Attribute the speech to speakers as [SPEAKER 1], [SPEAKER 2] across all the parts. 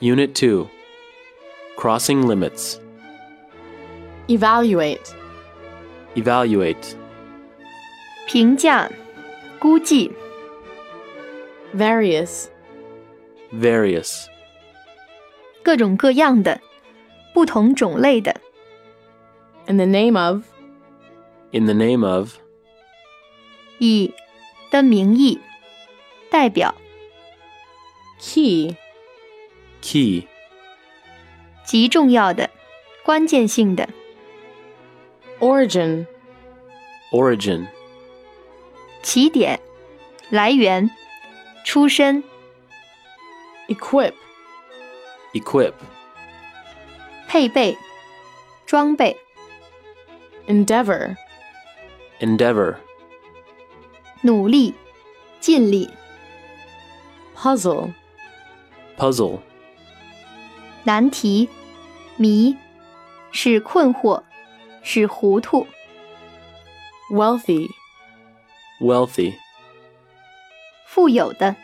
[SPEAKER 1] Unit 2 Crossing Limits
[SPEAKER 2] evaluate,
[SPEAKER 1] Evaluate
[SPEAKER 3] 评价、估计、
[SPEAKER 2] various,
[SPEAKER 1] Various
[SPEAKER 3] 各种各样的、不同种类的、
[SPEAKER 2] in the name of,
[SPEAKER 1] In the name of
[SPEAKER 3] 以的名义、代表、
[SPEAKER 2] key,
[SPEAKER 1] Key
[SPEAKER 3] 极重要的、关键性的、
[SPEAKER 2] origin,
[SPEAKER 1] Origin
[SPEAKER 3] 起点、来源、出身、
[SPEAKER 2] equip,
[SPEAKER 1] Equip
[SPEAKER 3] 配备、装备、
[SPEAKER 2] endeavor,
[SPEAKER 1] Endeavor
[SPEAKER 3] 努力、尽力、
[SPEAKER 2] puzzle,
[SPEAKER 1] Puzzle
[SPEAKER 3] 难题、迷、使困惑、使糊涂、
[SPEAKER 2] wealthy,
[SPEAKER 1] Wealthy
[SPEAKER 3] 富有的、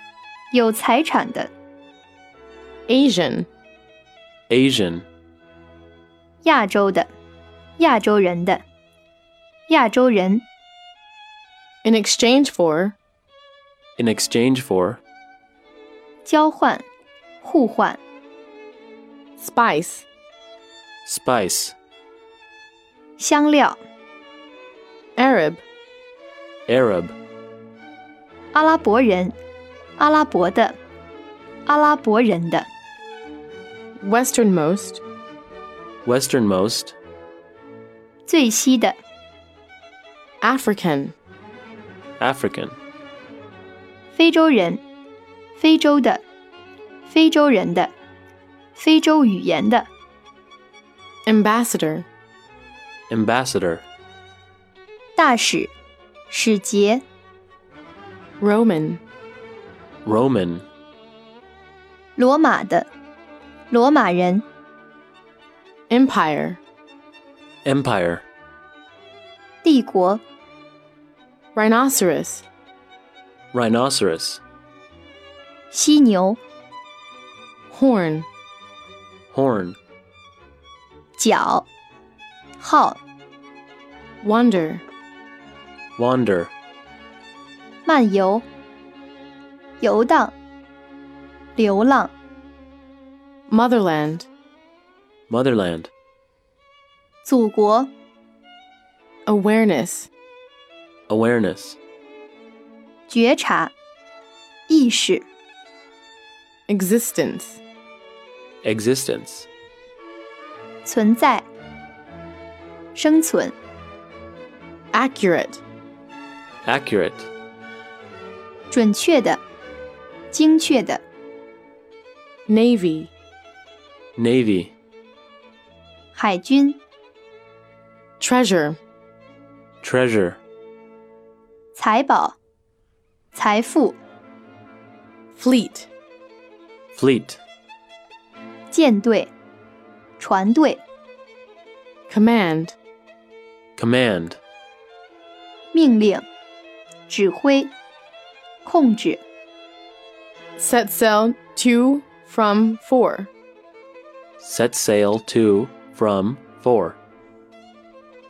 [SPEAKER 3] 有财产的、
[SPEAKER 2] Asian,
[SPEAKER 1] Asian
[SPEAKER 3] 亚洲的、亚洲人的、亚洲人。
[SPEAKER 2] in exchange for,
[SPEAKER 1] In exchange for
[SPEAKER 3] 交换、互换、
[SPEAKER 2] spice,
[SPEAKER 1] Spice
[SPEAKER 3] 香料、
[SPEAKER 2] Arab,
[SPEAKER 1] Arab
[SPEAKER 3] 阿拉伯人、阿拉伯的、阿拉伯人的、
[SPEAKER 2] westernmost,
[SPEAKER 1] Westernmost
[SPEAKER 3] 最西的、
[SPEAKER 2] African,
[SPEAKER 1] African
[SPEAKER 3] 非洲人、非洲的、非洲人的、非洲语言的、
[SPEAKER 2] ambassador,
[SPEAKER 1] Ambassador
[SPEAKER 3] 大使、使节、
[SPEAKER 2] Roman,
[SPEAKER 1] Roman
[SPEAKER 3] 罗马的、罗马人、
[SPEAKER 2] empire,
[SPEAKER 1] Empire
[SPEAKER 3] 帝国、
[SPEAKER 2] rhinoceros,
[SPEAKER 1] Rhinoceros
[SPEAKER 3] 犀牛、
[SPEAKER 2] horn,
[SPEAKER 1] Horn
[SPEAKER 3] 角、号、
[SPEAKER 2] wonder,
[SPEAKER 1] Wander
[SPEAKER 3] 漫游、游荡、流浪、
[SPEAKER 2] motherland,
[SPEAKER 1] Motherland
[SPEAKER 3] 祖国、
[SPEAKER 2] awareness,
[SPEAKER 1] Awareness
[SPEAKER 3] 觉察、意识。
[SPEAKER 2] existence,
[SPEAKER 1] Existence
[SPEAKER 3] 存在、生存、
[SPEAKER 2] accurate,
[SPEAKER 1] Accurate
[SPEAKER 3] 准确的、精确的、
[SPEAKER 2] navy,
[SPEAKER 1] Navy
[SPEAKER 3] 海军、
[SPEAKER 2] treasure,
[SPEAKER 1] Treasure
[SPEAKER 3] 财宝、财富、
[SPEAKER 2] fleet,
[SPEAKER 1] Fleet
[SPEAKER 3] 舰队、船队、
[SPEAKER 2] command,
[SPEAKER 1] Command
[SPEAKER 3] 命令、指挥、控制、
[SPEAKER 2] set sail to, from, for,
[SPEAKER 1] Set sail to, from, for.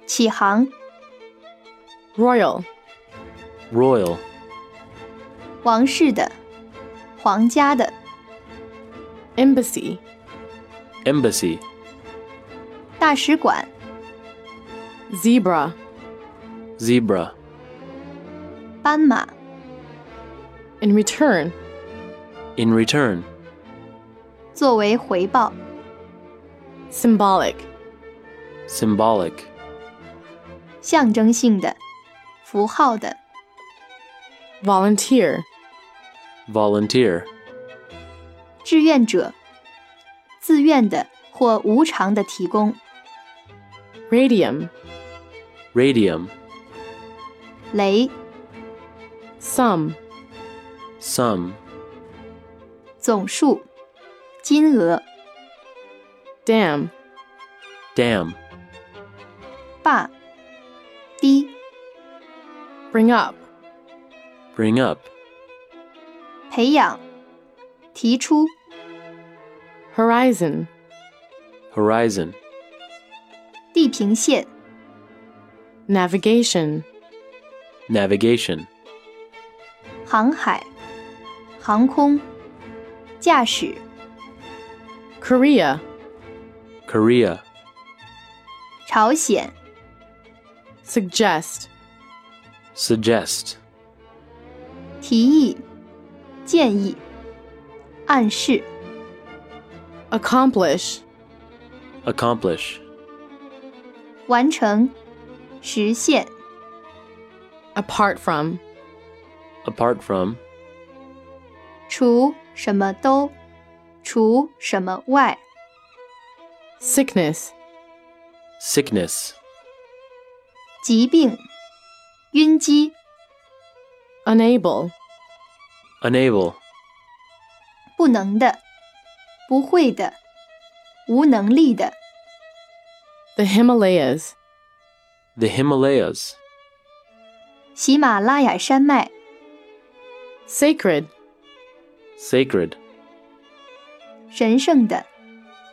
[SPEAKER 3] 起航、
[SPEAKER 2] royal,
[SPEAKER 1] Royal.
[SPEAKER 3] 王室的、皇家的、
[SPEAKER 2] embassy,
[SPEAKER 1] Embassy.
[SPEAKER 3] 大使馆、
[SPEAKER 2] zebra,
[SPEAKER 1] Zebra.
[SPEAKER 3] 斑马、
[SPEAKER 2] in return,
[SPEAKER 1] In return.
[SPEAKER 3] 作为回报、
[SPEAKER 2] symbolic,
[SPEAKER 1] Symbolic.
[SPEAKER 3] 象征性的、符号的、
[SPEAKER 2] volunteer,
[SPEAKER 1] Volunteer.
[SPEAKER 3] 志愿者、自愿的或无偿的提供。
[SPEAKER 2] radium,
[SPEAKER 1] Radium.
[SPEAKER 3] 雷、
[SPEAKER 2] sum,
[SPEAKER 1] Sum.
[SPEAKER 3] 总数、金额、
[SPEAKER 2] dam,
[SPEAKER 1] Dam.
[SPEAKER 3] 坝、低、
[SPEAKER 2] bring up,
[SPEAKER 1] Bring up.
[SPEAKER 3] 培养、提出、
[SPEAKER 2] horizon,
[SPEAKER 1] horizon,
[SPEAKER 3] 地平线、
[SPEAKER 2] navigation,
[SPEAKER 1] navigation,
[SPEAKER 3] 航海、航空、驾驶、
[SPEAKER 2] Korea,
[SPEAKER 1] Korea,
[SPEAKER 3] 朝鲜、
[SPEAKER 2] suggest,
[SPEAKER 1] suggest,
[SPEAKER 3] 提议、建议、暗示、
[SPEAKER 2] accomplish,
[SPEAKER 1] accomplish,
[SPEAKER 3] 完成、实现、
[SPEAKER 2] apart from,
[SPEAKER 1] apart from,
[SPEAKER 3] 除什么都，除什么外、
[SPEAKER 2] sickness,
[SPEAKER 1] sickness,
[SPEAKER 3] 疾病、晕机、
[SPEAKER 2] unable,
[SPEAKER 1] unable,
[SPEAKER 3] 不能的、不会的、无能力的、
[SPEAKER 2] the Himalayas,
[SPEAKER 1] the Himalayas,
[SPEAKER 3] 喜马拉雅山脉、
[SPEAKER 2] sacred,
[SPEAKER 1] sacred,
[SPEAKER 3] 神圣的、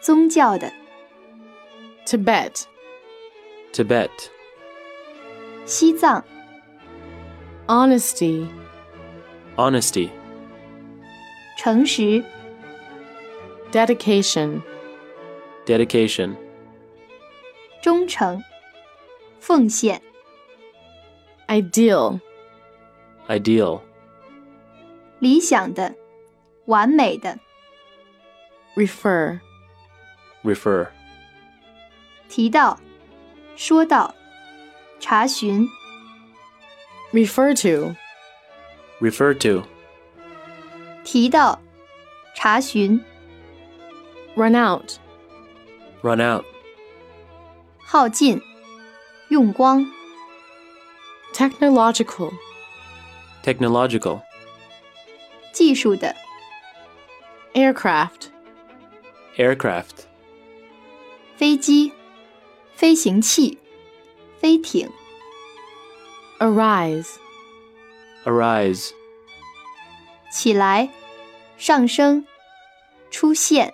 [SPEAKER 3] 宗教的、
[SPEAKER 2] Tibet,
[SPEAKER 1] Tibet,
[SPEAKER 3] 西藏、
[SPEAKER 2] honesty,
[SPEAKER 1] honesty,
[SPEAKER 3] 诚实、
[SPEAKER 2] dedication,
[SPEAKER 1] dedication,
[SPEAKER 3] 忠诚、奉献、
[SPEAKER 2] ideal,
[SPEAKER 1] ideal,
[SPEAKER 3] 理想的、完美的、
[SPEAKER 2] refer,
[SPEAKER 1] refer,
[SPEAKER 3] 提到、说到、查询、
[SPEAKER 2] refer to,
[SPEAKER 1] refer to,
[SPEAKER 3] 提到、查询、
[SPEAKER 2] run out,
[SPEAKER 1] run out,
[SPEAKER 3] 耗尽、用光、
[SPEAKER 2] technological,
[SPEAKER 1] technological,
[SPEAKER 3] 技术的、
[SPEAKER 2] aircraft,
[SPEAKER 1] aircraft,
[SPEAKER 3] 飞机、飞行器、飞艇、
[SPEAKER 2] arise,
[SPEAKER 1] arise,
[SPEAKER 3] 起来、上升、出现、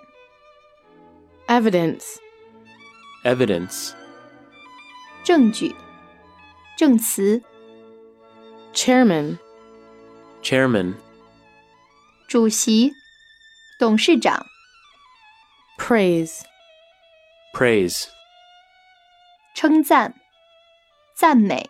[SPEAKER 2] evidence,
[SPEAKER 1] evidence,
[SPEAKER 3] 证据、证词、
[SPEAKER 2] chairman,
[SPEAKER 1] chairman,
[SPEAKER 3] 主席、董事长、
[SPEAKER 2] praise,
[SPEAKER 1] praise,
[SPEAKER 3] 称赞、赞美、